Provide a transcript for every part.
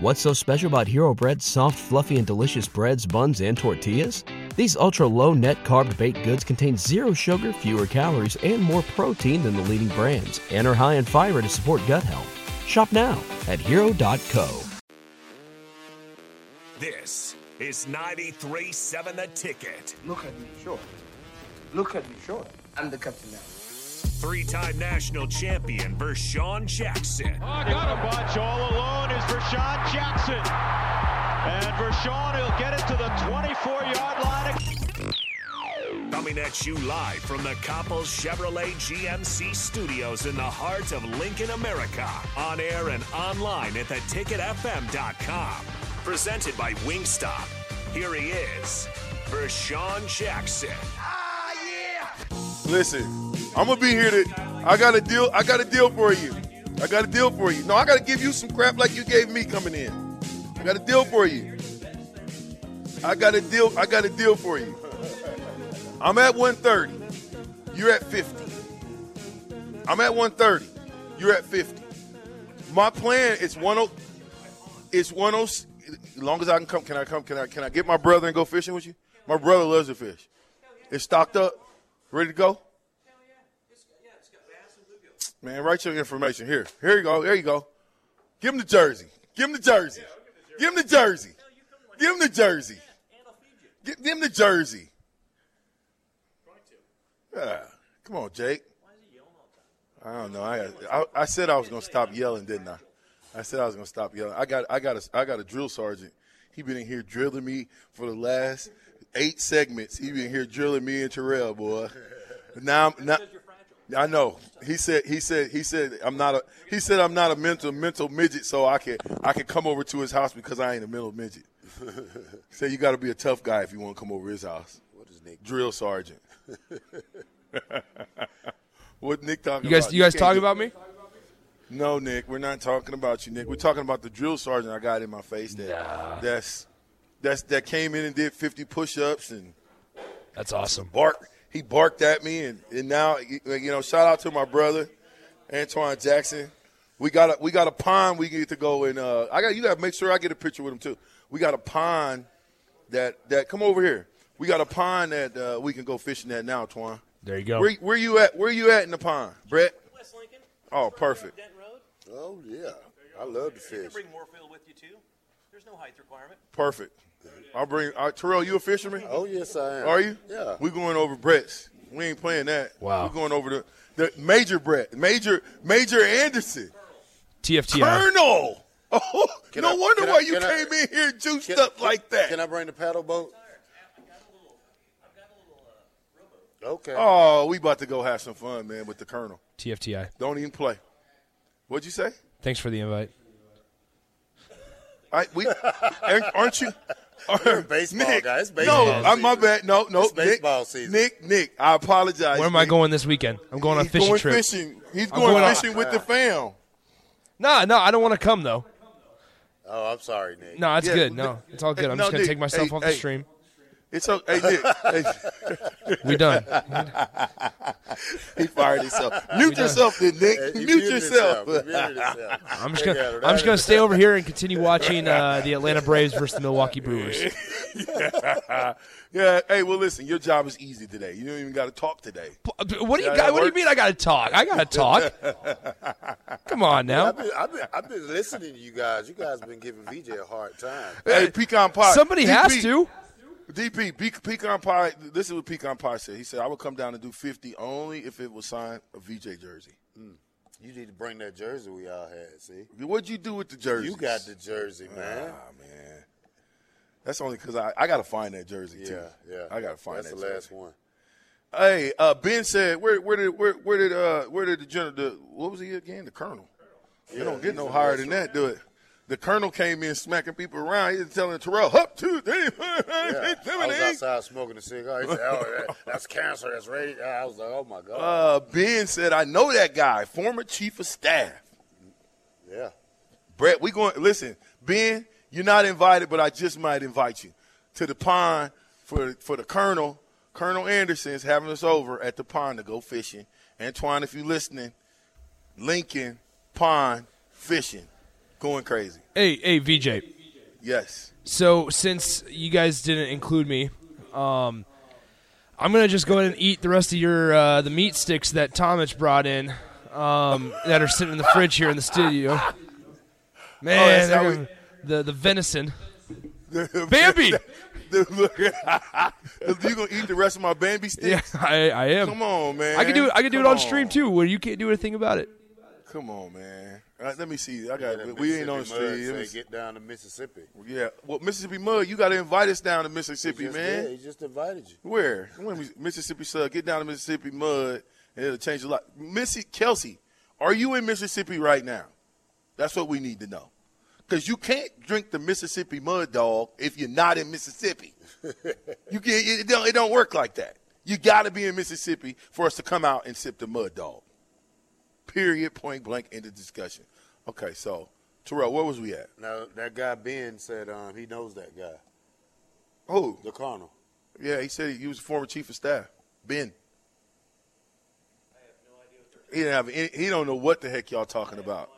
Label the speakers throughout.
Speaker 1: What's so special about Hero Bread's soft, fluffy, and delicious breads, buns, and tortillas? These ultra low net carb baked goods contain zero sugar, fewer calories, and more protein than the leading brands, and are high in fiber to support gut health. Shop now at hero.co.
Speaker 2: This is 93.7 The Ticket.
Speaker 3: Look at me, sure. Look at me, sure. I'm the captain now.
Speaker 2: Three-time national champion Vershawn Jackson.
Speaker 4: Oh, got a bunch all alone is Rashawn Jackson. And Rashawn, he'll get it to the 24-yard line.
Speaker 2: Coming at you live from the Coppel Chevrolet GMC studios in the heart of Lincoln, America. On air and online at theticketfm.com. Presented by Wingstop. Here he is, Vershawn Jackson.
Speaker 5: Listen, I'm gonna be here to. I got a deal. I got a deal for you. I got a deal for you. No, I gotta give you some crap like you gave me coming in. I got a deal for you. I got a deal. I got a deal for you. I'm at 130. You're at 50. I'm at 130. You're at 50. My plan is oh, 10. It's 10. oh, As long as I can come, can I come? Can I? Can I get my brother and go fishing with you? My brother loves to fish. It's stocked up, ready to go. Man, write your information here. Here you go. There you go. Give him the jersey. Give him the jersey. Give him the jersey. Give him the jersey. Give him the jersey. Yeah. Come on, Jake. I don't know. I, I I said I was gonna stop yelling, didn't I? I said I was gonna stop yelling. I got I got a I got a drill sergeant. He been in here drilling me for the last eight segments. He been here drilling me and Terrell, boy. Now I'm now, I know. He said he said he said I'm not a he said I'm not a mental mental midget, so I can I can come over to his house because I ain't a mental midget. He said you got to be a tough guy if you want to come over his house. What is Nick? Drill sergeant. what Nick talking
Speaker 6: You guys,
Speaker 5: about?
Speaker 6: you guys
Speaker 5: can't
Speaker 6: talking
Speaker 5: do-
Speaker 6: about me?
Speaker 5: No, Nick, we're not talking about you, Nick. We're talking about the drill sergeant I got in my face that that's that's that came in and did 50 push-ups and
Speaker 6: That's awesome.
Speaker 5: bark. He barked at me, and, and now you you know. Shout out to my brother, Antoine Jackson. We got a we got a pond we get to go and uh, I got you got to make sure I get a picture with him too. We got a pond that that come over here. We got a pond that uh, we can go fishing at now, Twan.
Speaker 6: There you go.
Speaker 5: Where where you at? Where you at in the pond, Brett?
Speaker 7: West Lincoln.
Speaker 5: Oh, perfect.
Speaker 7: Denton Road.
Speaker 8: Oh yeah, I love to fish.
Speaker 7: You can bring Moorfield with you too. There's no height requirement.
Speaker 5: Perfect. I'll bring uh, Terrell. You a fisherman?
Speaker 8: Oh yes, I am.
Speaker 5: Are you?
Speaker 8: Yeah.
Speaker 5: We going over Brett's. We ain't playing that.
Speaker 6: Wow.
Speaker 5: We're going over the, the major Brett, major Major Anderson,
Speaker 6: TFTI.
Speaker 5: Colonel. Oh,
Speaker 8: Can
Speaker 5: no
Speaker 8: I-
Speaker 5: wonder
Speaker 8: can I-
Speaker 5: why you
Speaker 8: can I-
Speaker 5: came in here juiced
Speaker 8: Can-
Speaker 5: up
Speaker 8: can-
Speaker 5: like that.
Speaker 8: Can I bring the paddle boat?
Speaker 7: uh,
Speaker 8: Okay.
Speaker 5: oh, we about to go have some fun, man, with the Colonel.
Speaker 6: TFTI.
Speaker 5: Don't even play. What'd you say?
Speaker 6: Thanks for the invite.
Speaker 5: I we aren't- aren't you?
Speaker 8: baseball
Speaker 5: Nick,
Speaker 8: guy. It's
Speaker 5: no,
Speaker 8: baseball
Speaker 5: I, my
Speaker 8: season.
Speaker 5: bad. No, no.
Speaker 8: It's baseball
Speaker 5: Nick,
Speaker 8: season.
Speaker 5: Nick, Nick, I apologize.
Speaker 6: Where am I
Speaker 5: Nick.
Speaker 6: going this weekend? I'm going on a
Speaker 5: He's
Speaker 6: fishing
Speaker 5: going
Speaker 6: trip.
Speaker 5: fishing. He's
Speaker 6: I'm
Speaker 5: going,
Speaker 6: going on-
Speaker 5: fishing with the fam.
Speaker 6: No, no, I don't want to come though.
Speaker 8: Oh, I'm sorry, Nick.
Speaker 6: No, that's
Speaker 5: Yeah,
Speaker 6: good.
Speaker 5: Nick-
Speaker 6: No, it's all good.
Speaker 5: Hey,
Speaker 6: I'm
Speaker 5: no,
Speaker 6: just gonna
Speaker 5: Nick,
Speaker 6: take myself
Speaker 5: hey,
Speaker 6: off
Speaker 5: hey.
Speaker 6: the stream.
Speaker 5: It's okay. Hey, Nick. Hey,
Speaker 6: We done.
Speaker 5: He fired himself. Mute yourself, then, Nick.
Speaker 8: Uh, You
Speaker 5: Mute
Speaker 8: muted
Speaker 5: yourself.
Speaker 8: yourself. You muted yourself.
Speaker 6: I'm just
Speaker 8: There
Speaker 6: gonna,
Speaker 8: you go.
Speaker 6: I'm just gonna stay over here and continue watching uh, the Atlanta Braves versus the Milwaukee Brewers.
Speaker 5: yeah. Hey, well, listen. Your job is easy today. You don't even got to talk today.
Speaker 6: What do you
Speaker 5: Yeah,
Speaker 6: got?
Speaker 5: that
Speaker 6: What do you
Speaker 5: works.
Speaker 6: mean? I gotta talk? I gotta talk. Come on now.
Speaker 8: I've been, I've, been, I've been listening to you guys. You guys been giving VJ a hard time.
Speaker 5: Hey, pecan pie.
Speaker 6: Somebody has to.
Speaker 5: DP, Pe- pecan pie. This is what pecan pie said. He said, "I would come down and do fifty only if it was signed a VJ jersey."
Speaker 8: You need to bring that jersey we all had. See,
Speaker 5: What'd you do with the jersey?
Speaker 8: you got the jersey, man.
Speaker 5: Ah man, that's only because I, I gotta find that jersey too.
Speaker 8: yeah, yeah.
Speaker 5: I gotta find
Speaker 8: That's
Speaker 5: that
Speaker 8: the last
Speaker 5: jersey.
Speaker 8: one.
Speaker 5: Hey, uh, Ben said, where, where did, where, where did, uh, where did the general, the, what was he again? The colonel. They don't get no higher than that, do it? The colonel came in smacking people around. He was telling Terrell, "Hup, two, three, four, five,
Speaker 8: Yeah.
Speaker 5: six,
Speaker 8: I
Speaker 5: seven,
Speaker 8: was
Speaker 5: eight."
Speaker 8: outside smoking a cigar. He said, "Oh, that, that's cancer. That's radio." I was like, "Oh my god."
Speaker 5: Uh, Ben said, "I know that guy, former chief of staff."
Speaker 8: yeah.
Speaker 5: Brett, we going. Listen, Ben, you're not invited, but I just might invite you to the pond for for the Colonel. Colonel Anderson's having us over at the pond to go fishing. Antoine, if you're listening, Lincoln Pond fishing. Going crazy.
Speaker 6: Hey, hey, VJ.
Speaker 5: Yes.
Speaker 6: So since you guys didn't include me, um, I'm gonna just go ahead and eat the rest of your uh, the meat sticks that Tomich brought in, um, that are sitting in the fridge here in the studio. Man,
Speaker 5: Oh, that's how
Speaker 6: they're
Speaker 5: we-
Speaker 6: gonna- the the venison. Bambi.
Speaker 5: you gonna eat the rest of my Bambi
Speaker 6: Yeah,
Speaker 5: sticks?
Speaker 6: I, I am.
Speaker 5: Come on, man.
Speaker 6: I can do it. I can do it
Speaker 5: Come
Speaker 6: on, stream too, where you can't do anything about it.
Speaker 5: Come on, man. All right, let me see. I
Speaker 8: That
Speaker 5: got. We ain't on the
Speaker 8: Mississippi mud
Speaker 5: street. Let me
Speaker 8: say,
Speaker 5: see.
Speaker 8: get down to Mississippi.
Speaker 5: Yeah. Well, Mississippi Mud, you got to invite us down to Mississippi,
Speaker 8: Just
Speaker 5: man.
Speaker 8: did. He just invited you.
Speaker 5: Where? When we- Mississippi Sud. Get down to Mississippi Mud, and it'll change a lot. Missy Kelsey, are you in Mississippi right now? That's what we need to know. Because you can't drink the Mississippi Mud Dog if you're not in Mississippi. you can't, it, don't, it don't work like that. You got to be in Mississippi for us to come out and sip the Mud Dog. Period, point blank, end of discussion. Okay, so, Terrell, where was we at?
Speaker 8: Now that guy Ben said um, he knows that guy,
Speaker 5: Oh,
Speaker 8: the Colonel.
Speaker 5: Yeah, he said he was a former chief of staff. Ben. He didn't have any, he don't know what the heck y'all talking about.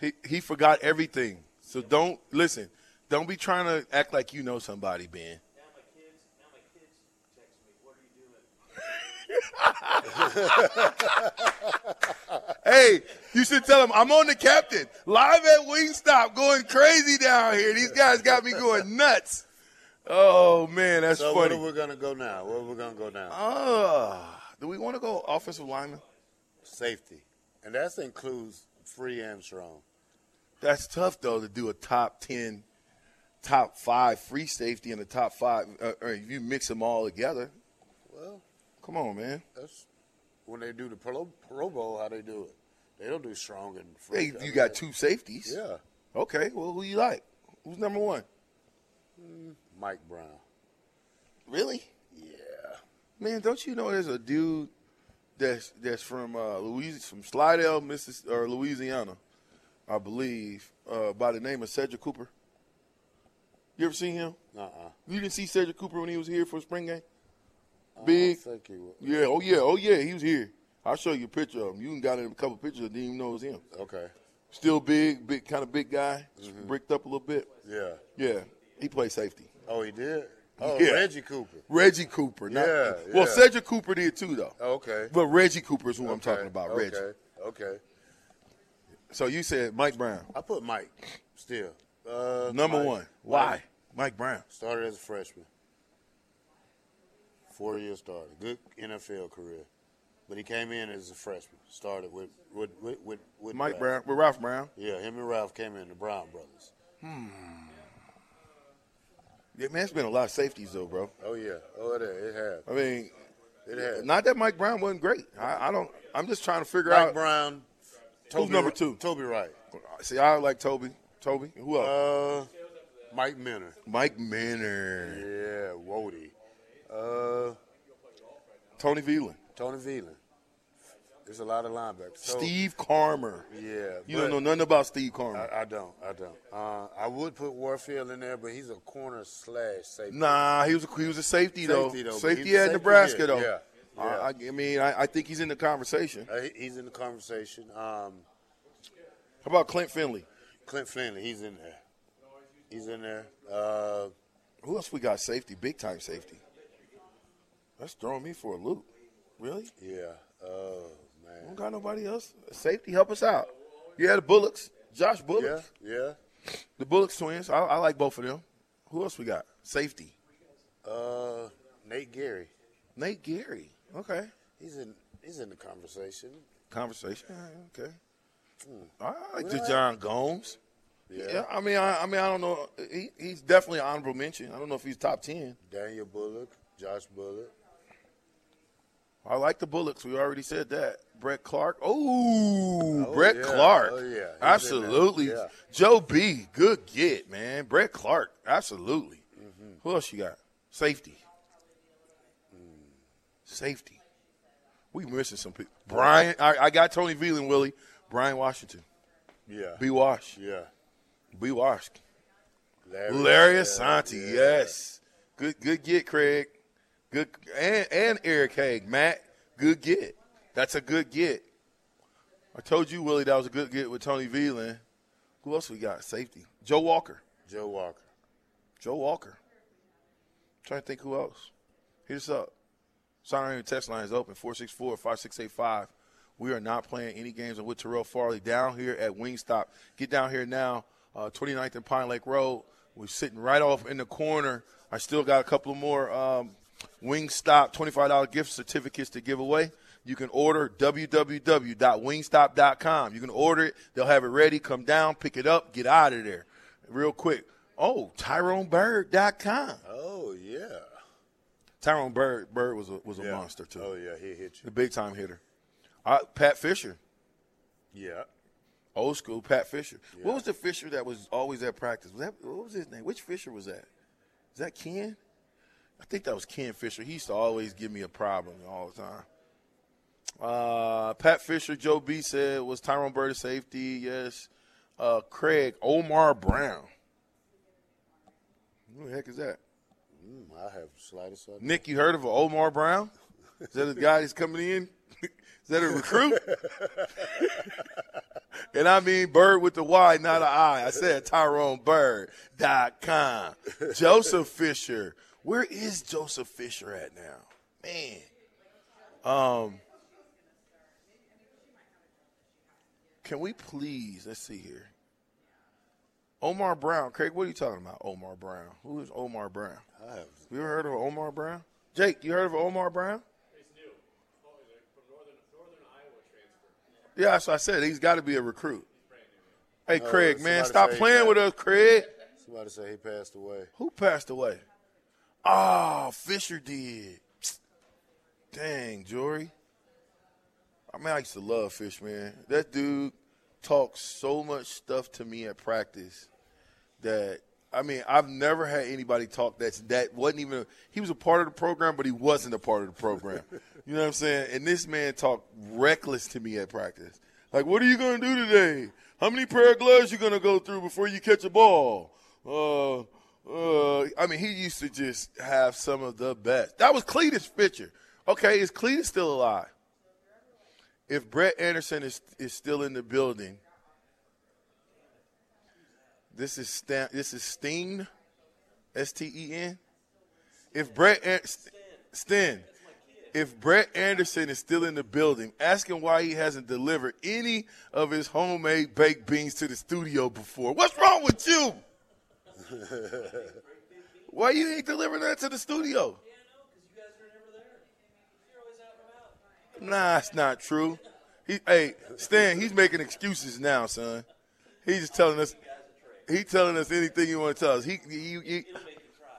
Speaker 5: He he forgot everything. So don't listen. Don't be trying to act like you know somebody, Ben.
Speaker 7: Now my kids, now my kids text me, what are you doing?
Speaker 5: Hey, you should tell him I'm on the captain. Live at Wingstop, going crazy down here. These guys got me going nuts. Oh man, that's
Speaker 8: So
Speaker 5: funny.
Speaker 8: where are we gonna go now? Where are we gonna go now?
Speaker 5: Ah, do we want to go offensive lineman?
Speaker 8: Safety, and that includes free and strong.
Speaker 5: That's tough though to do a top ten, top five free safety and a top five. Uh, or if you mix them all together,
Speaker 8: Well,
Speaker 5: come on, man.
Speaker 8: that's when they do the Pro, pro Bowl. How they do it? They don't do strong and free.
Speaker 5: Hey, you got two safeties.
Speaker 8: Yeah,
Speaker 5: Okay. Well, who you like? Who's number one?
Speaker 8: Mike Brown.
Speaker 5: Really?
Speaker 8: Yeah.
Speaker 5: Man, don't you know there's a dude that's that's from uh, Louis from Slidell, Missis or Louisiana, I believe, uh, by the name of Cedric Cooper. You ever seen him?
Speaker 8: Uh uh
Speaker 5: You didn't see Cedric Cooper when he was here for spring game. Big,
Speaker 8: Thank you. would.
Speaker 5: Yeah, oh yeah, oh yeah, he was here. I'll show you a picture of him. You done got a couple pictures, didn't even know it was him.
Speaker 8: Okay.
Speaker 5: Still big, big kind of big guy, just bricked up a little bit.
Speaker 8: Yeah.
Speaker 5: Yeah, he plays safety.
Speaker 8: Oh, he did. Oh,
Speaker 5: Yeah.
Speaker 8: Reggie Cooper.
Speaker 5: Reggie Cooper, not,
Speaker 8: Yeah,
Speaker 5: well,
Speaker 8: yeah.
Speaker 5: Cedric Cooper did too though.
Speaker 8: Oh, okay.
Speaker 5: But Reggie Cooper is who I'm
Speaker 8: Okay,
Speaker 5: talking about,
Speaker 8: okay.
Speaker 5: Reggie.
Speaker 8: Okay.
Speaker 5: So you said Mike Brown,
Speaker 8: I put Mike still. Uh,
Speaker 5: number
Speaker 8: Mike.
Speaker 5: one. Why? Mike Brown.
Speaker 8: Started as a freshman. Four year starter. Good NFL career. But he came in as a freshman. Started with with with, with, with
Speaker 5: Mike
Speaker 8: Ralph.
Speaker 5: Brown, with Ralph Brown.
Speaker 8: Yeah, him and Ralph came in the Brown brothers.
Speaker 5: Yeah, man, it's been a lot of safeties though, bro.
Speaker 8: Oh yeah. Oh it it
Speaker 5: I
Speaker 8: had.
Speaker 5: mean,
Speaker 8: It had.
Speaker 5: not that Mike Brown wasn't great. I, I don't. I'm just trying to figure
Speaker 8: Mike
Speaker 5: out.
Speaker 8: Brown. Toby,
Speaker 5: number two?
Speaker 8: Toby Wright.
Speaker 5: See, I like Toby. Toby. Who else?
Speaker 8: Uh, Mike Minner.
Speaker 5: Mike Manor.
Speaker 8: Yeah, Wody. Uh,
Speaker 5: Tony Veland.
Speaker 8: Tony Veland. There's a lot of linebackers. So,
Speaker 5: Steve Carmer.
Speaker 8: Yeah.
Speaker 5: You
Speaker 8: but-
Speaker 5: don't know nothing about Steve Carmer.
Speaker 8: I, I don't. I don't. Uh, I would put Warfield in there, but he's a corner slash safety.
Speaker 5: nah, he was a, he was a safety,
Speaker 8: Safety,
Speaker 5: though.
Speaker 8: though, but
Speaker 5: Safety
Speaker 8: he-
Speaker 5: at
Speaker 8: safety,
Speaker 5: Nebraska
Speaker 8: yeah,
Speaker 5: though.
Speaker 8: yeah,
Speaker 5: I, I- I mean, I, I think he's in the conversation. How
Speaker 8: Uh, he- he's in the conversation. Um,
Speaker 5: about Clint Finley?
Speaker 8: Clint Finley, he's in there. He's in there. Uh,
Speaker 5: Who else we got safety? Big time safety. That's throwing me for a loop. Really?
Speaker 8: yeah. Oh
Speaker 5: We
Speaker 8: man.
Speaker 5: don't got nobody else. Safety, help us out. Yeah, the Bullocks. Josh Bullocks.
Speaker 8: Yeah. Yeah.
Speaker 5: The Bullocks twins. I, I like both of them. Who else we got? Safety.
Speaker 8: Uh, Nate Gary,
Speaker 5: Nate Gary. Okay.
Speaker 8: he's in. He's in the conversation.
Speaker 5: conversation. Yeah, Okay. I like
Speaker 8: Well,
Speaker 5: the John Gomes.
Speaker 8: Hmm. Yeah.
Speaker 5: Yeah, I mean, I, I mean, I don't know. He, he's definitely an honorable mention. I don't know if he's top ten.
Speaker 8: Daniel Bullock, Josh Bullock.
Speaker 5: I like the Bullocks. We already said that. Brett Clark. Ooh,
Speaker 8: Oh,
Speaker 5: Brett
Speaker 8: yeah.
Speaker 5: Clark.
Speaker 8: Oh, yeah. He's in there.
Speaker 5: Absolutely.
Speaker 8: Yeah.
Speaker 5: Joe B. Good get, man. Brett Clark. Absolutely.
Speaker 8: Mm-hmm.
Speaker 5: Who else you got? Safety.
Speaker 8: Hmm.
Speaker 5: Safety. We missing some people. Brian. I, I got Tony Veland, Willie. Brian Washington.
Speaker 8: Yeah.
Speaker 5: B. Wash.
Speaker 8: yeah.
Speaker 5: B. Wash.
Speaker 8: Larry,
Speaker 5: Larry
Speaker 8: yeah,
Speaker 5: Asante,
Speaker 8: yeah.
Speaker 5: yes. Good good get, Craig. Good and, and Eric Haig, Matt. Good get. That's a good get. I told you, Willie, that was a good get with Tony Veland. Who else we got? Safety. Joe Walker.
Speaker 8: Joe Walker.
Speaker 5: Joe Walker. trying to think who else. Hit us up. Sign in text line is open 464 5685. We are not playing any games with Terrell Farley down here at Wingstop. Get down here now, uh, 29th and Pine Lake Road. We're sitting right off in the corner. I still got a couple of more um, Wingstop $25 gift certificates to give away. You can order www.wingstop.com. You can order it. They'll have it ready. Come down, pick it up, get out of there real quick. Oh, TyroneBird.com.
Speaker 8: Oh yeah.
Speaker 5: Tyrone Bird Bird was a, was a
Speaker 8: Yeah.
Speaker 5: monster, too.
Speaker 8: Oh yeah, he hit
Speaker 5: The
Speaker 8: you.
Speaker 5: big time hitter. Uh, Pat Fisher,
Speaker 8: Yeah.
Speaker 5: old school Pat Fisher. What was the Fisher that was always at practice? Was that what was his name? Which Fisher was that? Is that Ken? I think that was Ken Fisher. He used to always give me a problem all the time. Uh, Pat Fisher, Joe B said was Tyrone Bird a safety? Yes. Uh, Craig Omar Brown. Who the heck is that?
Speaker 8: Mm, I have slightest idea.
Speaker 5: Nick, you heard of a Omar Brown? Is that a guy that's coming in? Is that a recruit? and I mean Bird with the Y, not a I. I said TyroneBird.com. Joseph Fisher. Where is Joseph Fisher at now? Man. Um, can we please, let's see here. Omar Brown. Craig, what are you talking about, Omar Brown? Who is Omar Brown?
Speaker 8: I have
Speaker 5: You ever heard of Omar Brown? Jake, you heard of Omar Brown? Yeah, so I said he's got to be a recruit. Hey, Craig, man,
Speaker 8: somebody
Speaker 5: stop
Speaker 8: say
Speaker 5: playing
Speaker 8: that.
Speaker 5: with us, Craig.
Speaker 8: somebody say he passed away.
Speaker 5: Who passed away? Oh, Fisher did. Dang, Jory. I mean, I used to love Fish, man. That dude talks so much stuff to me at practice that I mean, I've never had anybody talk that's that wasn't even. he was a part of the program, but he wasn't a part of the program. you know what I'm saying? And this man talked reckless to me at practice. Like, what are you gonna do today? How many pair of gloves you gonna go through before you catch a ball? Uh, uh, I mean, he used to just have some of the best. That was Cletus Fisher. Okay, is Cletus still alive? If Brett Anderson is is still in the building, this is Stan, this is Steen, S T E N. If Brett An- Sten, if Brett Anderson is still in the building, ask him why he hasn't delivered any of his homemade baked beans to the studio before. What's wrong with you? why you ain't delivering that to the studio? Nah, it's not true. He, hey, Stan, he's making excuses now, son. He's just telling us. He telling us anything you want to tell us. He, he, he-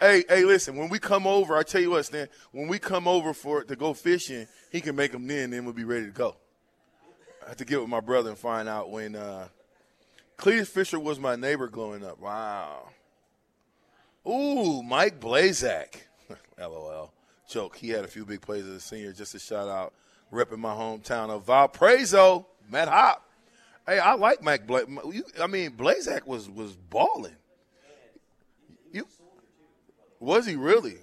Speaker 5: hey, hey, listen. When we come over, I tell you what, Stan. When we come over for to go fishing, he can make them then, and then we'll be ready to go. I have to get with my brother and find out when. Uh, Cletus Fisher was my neighbor growing up. Wow. Ooh, Mike Blazak. LOL. Joke. He had a few big plays as a senior. Just a shout out. Repping my hometown of Valparaiso, Matt Hop. Hey, I like Mike Bla- you I mean, Blazak was was balling. You was he really?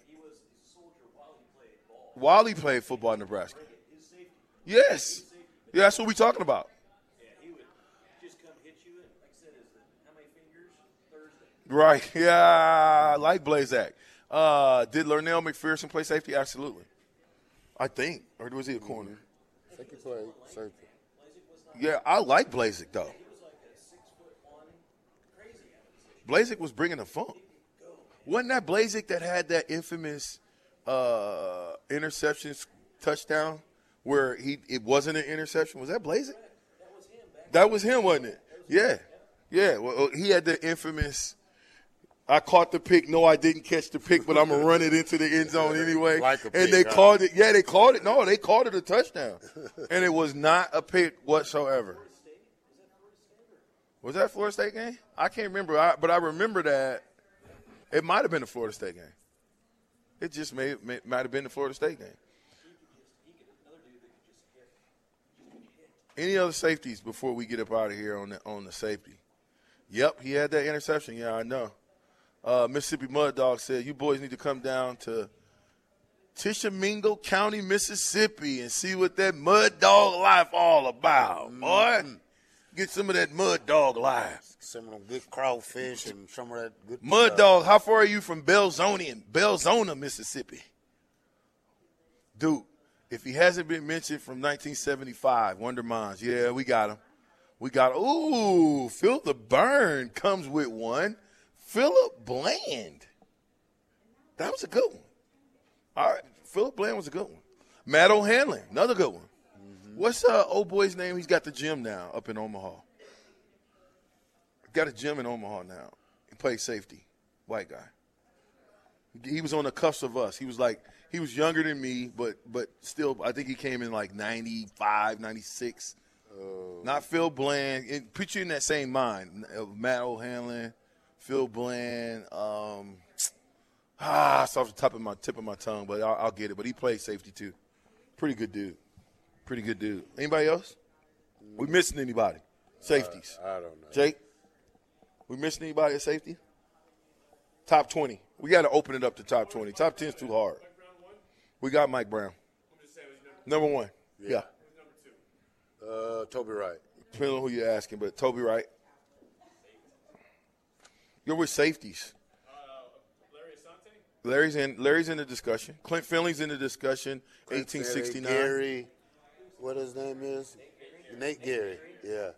Speaker 5: While he played football in Nebraska. Yes. Yeah, that's what we're talking about. Right. Yeah, I like Blazak. Uh, did Larnell McPherson play safety? Absolutely. I think. Or was he a corner?
Speaker 8: I think he played safety.
Speaker 5: Yeah, I like Blazik though. Blazik was bringing the funk. Wasn't that Blazik that had that infamous uh, interception s- touchdown where he it wasn't an interception? Was that Blazik? That was him, wasn't it? Yeah, yeah. Well, uh, he had the infamous. I caught the pick. No, I didn't catch the pick, but I'm gonna run it into the end zone anyway.
Speaker 8: Like a
Speaker 5: and
Speaker 8: pick,
Speaker 5: they
Speaker 8: huh?
Speaker 5: called it. Yeah, they called it. No, they called it a touchdown, and it was not a pick whatsoever. Was that Florida State game? I can't remember, I, but I remember that it might have been the Florida State game. It just may, may might have been the Florida State game. Any other safeties before we get up out of here on the on the safety? Yep, he had that interception. Yeah, I know. Uh, Mississippi Mud Dog said, "You boys need to come down to Tishomingo County, Mississippi, and see what that mud dog life all about, boy. Get some of that mud dog life.
Speaker 8: Some of them good crawfish and some of that good
Speaker 5: Mud
Speaker 8: stuff.
Speaker 5: dog, how far are you from Belzonian, Belzona, Mississippi? Dude, if he hasn't been mentioned from 1975, Wonder Mines, yeah, we got him. We got ooh, Phil the Burn comes with one. Philip Bland. That was a good one. All right. Philip Bland was a good one. Matt O'Hanlon, another good one. What's uh old boy's name? He's got the gym now up in Omaha. Got a gym in Omaha now. He plays safety. White guy. He was on the cuffs of us. He was like he was younger than me, but but still I think he came in like 95, 96. Not Phil Bland. It, put you in that same mind. of Matt O'Hanlon, Phil Bland. Um, ah, it's off the top of my tip of my tongue, but I'll, I'll get it. But he plays safety too. Pretty good dude. Pretty good dude. Anybody else? We missing anybody? Safeties.
Speaker 8: I don't know.
Speaker 5: Jake, we missing anybody at safety? Top twenty. We got to open it up to top twenty. Top ten's too hard. We got Mike Brown. Number one. yeah.
Speaker 8: Uh, Toby Wright.
Speaker 5: Depending on who you're asking, but Toby Wright. You're with safeties. Larry's in. Larry's in the discussion. Clint Finley's in the discussion. Eighteen sixty nine.
Speaker 8: Gary, what his name is? Nate Gary. Yeah.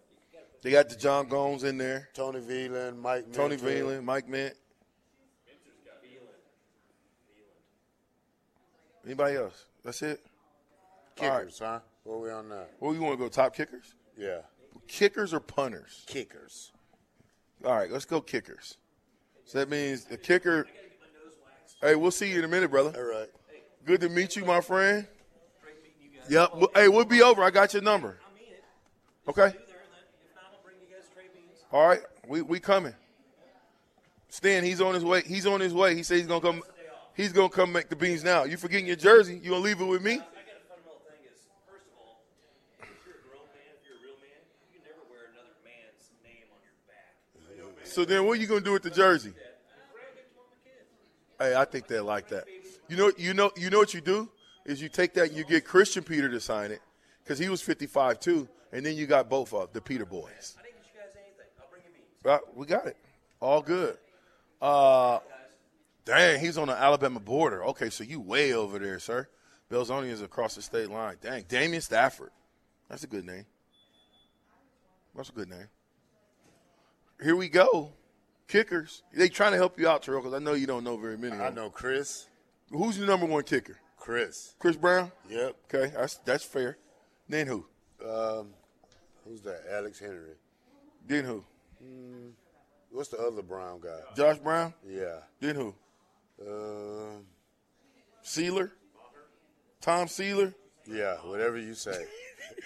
Speaker 5: They got the John Gomes in there.
Speaker 8: Tony Veland, Mike.
Speaker 5: Tony
Speaker 8: Minter.
Speaker 5: Veland, Mike Mint. Anybody else? That's it.
Speaker 8: Kickers, huh? Where we on now?
Speaker 5: Well, you want to go top kickers?
Speaker 8: Yeah.
Speaker 5: Kickers or punters?
Speaker 8: Kickers.
Speaker 5: All right, let's go kickers. So that means a kicker. Hey, we'll see you in a minute, brother.
Speaker 8: All right.
Speaker 5: Good to meet you, my friend. Yep. Well, Hey, we'll be over. I got your number. Okay. All right. We we coming. Stan, he's on his way. He's on his way. He said he's gonna come. He's gonna come make the beans now. You forgetting your jersey? You gonna leave it with me?
Speaker 7: I got a fundamental thing is, first of all, if you're a grown man, if you're a real man, you can never wear another man's name on your back.
Speaker 5: So then, what you gonna do with the jersey? Hey, I think they like that. You know, you know, you know what you do is you take that and you get Christian Peter to sign it because he was 55 too, and then you got both of the Peter boys.
Speaker 7: I didn't get you guys anything. I'll bring you beans.
Speaker 5: Right, we got it. All good. Uh, dang, he's on the Alabama border. Okay, so you way over there, sir. Belzoni is across the state line. Dang, Damian Stafford. That's a good name. That's a good name. Here we go. Kickers. They trying to help you out, Terrell, because I know you don't know very many.
Speaker 8: I know Chris.
Speaker 5: Who's your number one kicker?
Speaker 8: Chris.
Speaker 5: Chris Brown?
Speaker 8: Yep. Um,
Speaker 5: Okay, that's that's fair. Then who?
Speaker 8: Who's that? Alex Henry. Hmm,
Speaker 5: Then who?
Speaker 8: What's the other brown guy?
Speaker 5: Josh Brown?
Speaker 8: Yeah.
Speaker 5: Then who?
Speaker 8: Um.
Speaker 5: Sealer? Tom Sealer?
Speaker 8: yeah. Whatever you say.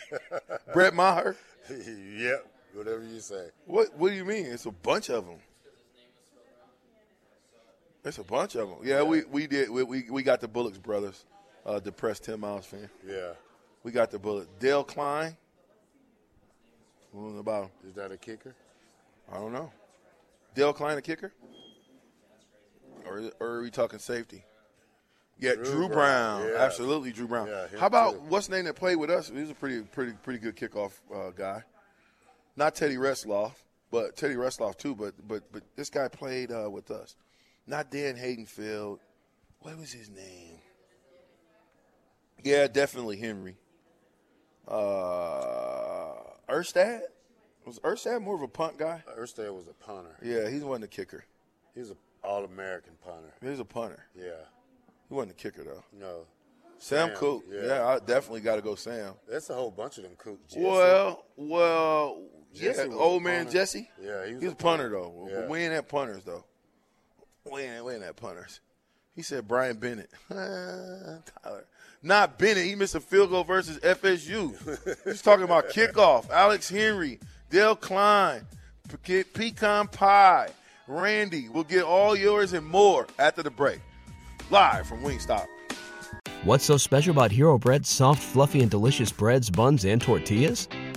Speaker 5: Brett Maher?
Speaker 8: yep. Whatever you say.
Speaker 5: What What do you mean? It's a bunch of them. It's a bunch of them. Yeah, we we did. We we, we got the Bullocks brothers. Uh, depressed Tim Miles fan.
Speaker 8: Yeah.
Speaker 5: We got the Bullocks. Dale Klein. What about him?
Speaker 8: Is that a kicker?
Speaker 5: I don't know. Dale Klein, a kicker, or is- or are we talking safety? Yeah, Drew, Brown,
Speaker 8: Brown. Yeah.
Speaker 5: absolutely Drew Brown.
Speaker 8: Yeah, him
Speaker 5: How about
Speaker 8: too.
Speaker 5: what's name that played with us? He was a pretty pretty pretty good kickoff uh, guy. Not Teddy Resloff, but Teddy Resloff too. But but but this guy played uh, with us. Not Dan Haydenfield. What was his name? Yeah, definitely Henry. Uh, Erstad was Erstad more of a punt guy?
Speaker 8: Erstad was a punter.
Speaker 5: Yeah, he wasn't a kicker.
Speaker 8: He was an all-American punter.
Speaker 5: He was a punter.
Speaker 8: Yeah.
Speaker 5: He wasn't a kicker though.
Speaker 8: No.
Speaker 5: Sam,
Speaker 8: Sam,
Speaker 5: Cook. Yeah.
Speaker 8: yeah.
Speaker 5: I definitely got to go Sam.
Speaker 8: That's a whole bunch of them Cook Jesse.
Speaker 5: Well, well,
Speaker 8: Jesse
Speaker 5: yeah,
Speaker 8: was
Speaker 5: old
Speaker 8: a
Speaker 5: man
Speaker 8: punter.
Speaker 5: Jesse.
Speaker 8: Yeah,
Speaker 5: he
Speaker 8: he
Speaker 5: was,
Speaker 8: was
Speaker 5: a
Speaker 8: a
Speaker 5: punter,
Speaker 8: punter.
Speaker 5: though.
Speaker 8: Yeah.
Speaker 5: We ain't at punters though. We ain't, we ain't at punters. He said Brian Bennett. Tyler. Not Bennett. He missed a field goal versus FSU. He's talking about kickoff. Alex Henry, Dale Klein, Pe- Pecan Pie, Randy. We'll get all yours and more after the break. Live from Wingstop.
Speaker 1: What's so special about Hero Bread's soft, fluffy, and delicious breads, buns, and tortillas?